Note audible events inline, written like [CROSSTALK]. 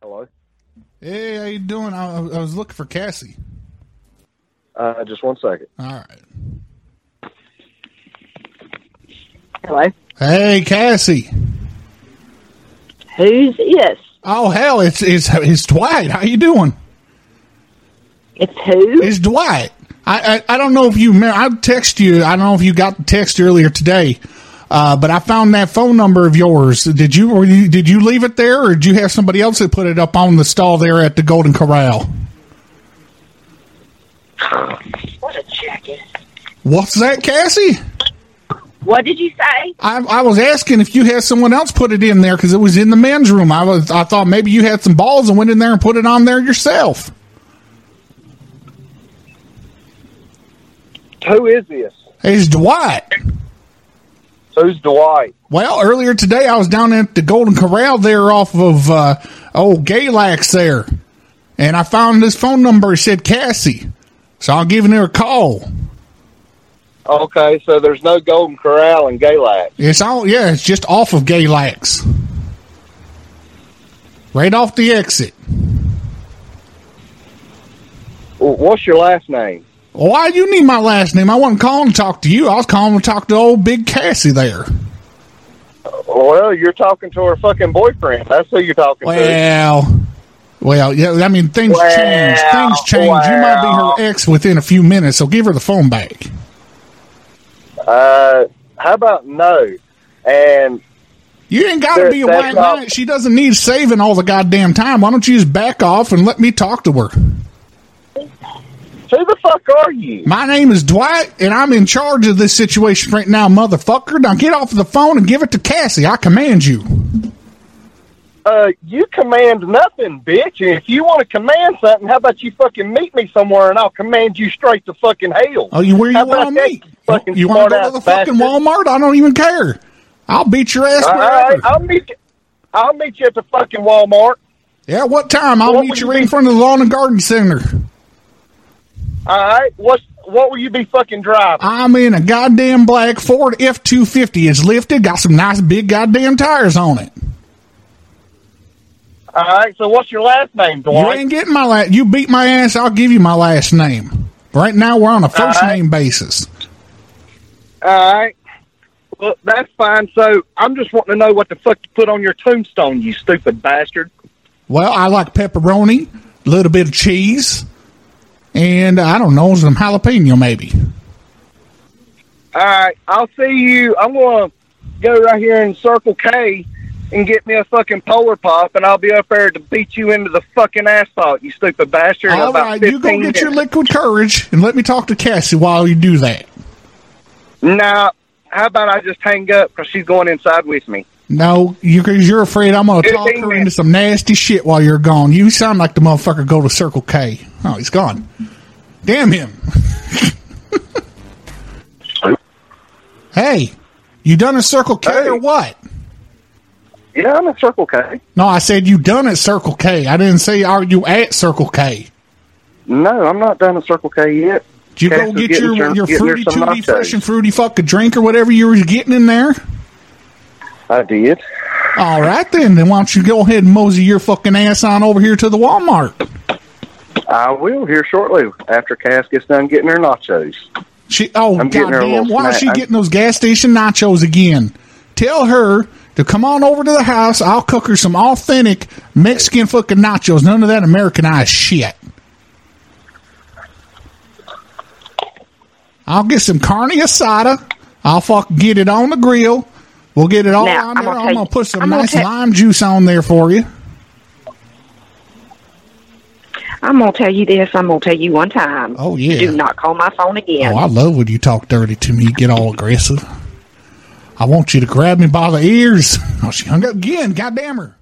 Hello. Hey, how you doing? I, I was looking for Cassie. Uh, just one second. All right. Hello. Hey, Cassie. Who's this? Oh hell, it's it's it's Dwight. How you doing? It's who? It's Dwight. I I, I don't know if you remember. I text you. I don't know if you got the text earlier today. Uh, but I found that phone number of yours. Did you, or you did you leave it there, or did you have somebody else that put it up on the stall there at the Golden Corral? What a jacket. What's that, Cassie? What did you say? I, I was asking if you had someone else put it in there because it was in the men's room. I was I thought maybe you had some balls and went in there and put it on there yourself. Who is this? It's Dwight. Who's Dwight? Well, earlier today I was down at the Golden Corral there off of uh, old Galax there, and I found this phone number. It said Cassie, so I'm giving her a call. Okay, so there's no Golden Corral in Galax. It's all yeah, it's just off of Galax, right off the exit. W- What's your last name? Why you need my last name? I wasn't calling to talk to you. I was calling to talk to old Big Cassie there. Well, you're talking to her fucking boyfriend. That's who you're talking to. Well, well, yeah. I mean, things Well, change. Things change. You might well. be her ex within a few minutes, so give her the phone back. Uh, how about no? And You ain't got to There- be a that's white not- knight. She doesn't need saving all the goddamn time. Why don't you just back off and let me talk to her? who the fuck are you? My name is Dwight, and I'm in charge of this situation right now, motherfucker. Now get off the phone and give it to Cassie. I command you. Uh, you command nothing, bitch. And if you want to command something, how about you fucking meet me somewhere and I'll command you straight to fucking hell? Oh, you where How you about want that, me? you fucking You want to go to smart-ass the fucking bastard? Walmart? I don't even care. I'll beat your ass. All right, wherever. I'll meet you. I'll meet you at the fucking Walmart. yeah, what time? I'll What meet would you you right in be- front of the lawn and garden center. All right, what's what will you be fucking driving? I'm in a goddamn black Ford F two fifty. It's lifted, got some nice big goddamn tires on it. All right, so what's your last name, Uh, You Dwight? ain't getting my last. You beat my ass. I'll give you my last name. Right now, we're on a first right. name basis. All right, well that's fine. So I'm just wanting to know what the fuck to put on your tombstone, you stupid bastard. Well, I like pepperoni, a little bit of cheese, and uh, I don't know some jalapeno maybe. All right, I'll see you. I'm gonna go right here in Circle K and get me a fucking polar pop, and I'll be up there to beat you into the fucking asphalt, you stupid bastard. in All about right, you go get 15 your minutes. liquid courage and let me talk to Cassie while you do that. Nah, how about I just hang up because she's going inside with me. No, you because you're afraid I'm gonna talk Fifteen her into minutes. some nasty shit while you're gone. You sound like the motherfucker go to Circle K. Oh, he's gone. Damn him. hey, you done at Circle K Hey. or what? Yeah, I'm at Circle K. No, I said you done at Circle K. I didn't say are you at Circle K. No, I'm not down at Circle K yet. Did you Cass go is get getting your some- your getting her fruity some tooty nachos. fresh and fruity fucking drink or whatever you were getting in there? I did. All right then, then why don't you go ahead and mosey your fucking ass on over here to the Walmart? I will here shortly after Cass gets done getting her nachos. She oh I'm getting her a goddamn! little Why is snack. she I'm- getting those gas station nachos again? Tell her to come on over to the house. I'll cook her some authentic Mexican fucking nachos. None of that Americanized shit. I'll get some carne asada. I'll fuck get it on the grill. We'll get it all Now, on I'm there. gonna I'm tell gonna you- put some I'm gonna nice tell- lime juice on there for you. I'm gonna tell you this. I'm gonna tell you one time. Oh, yeah. Do not call my phone again. Oh, I love when you talk dirty to me. You get all [LAUGHS] aggressive. I want you to grab me by the ears. Oh, she hung up again. God damn her.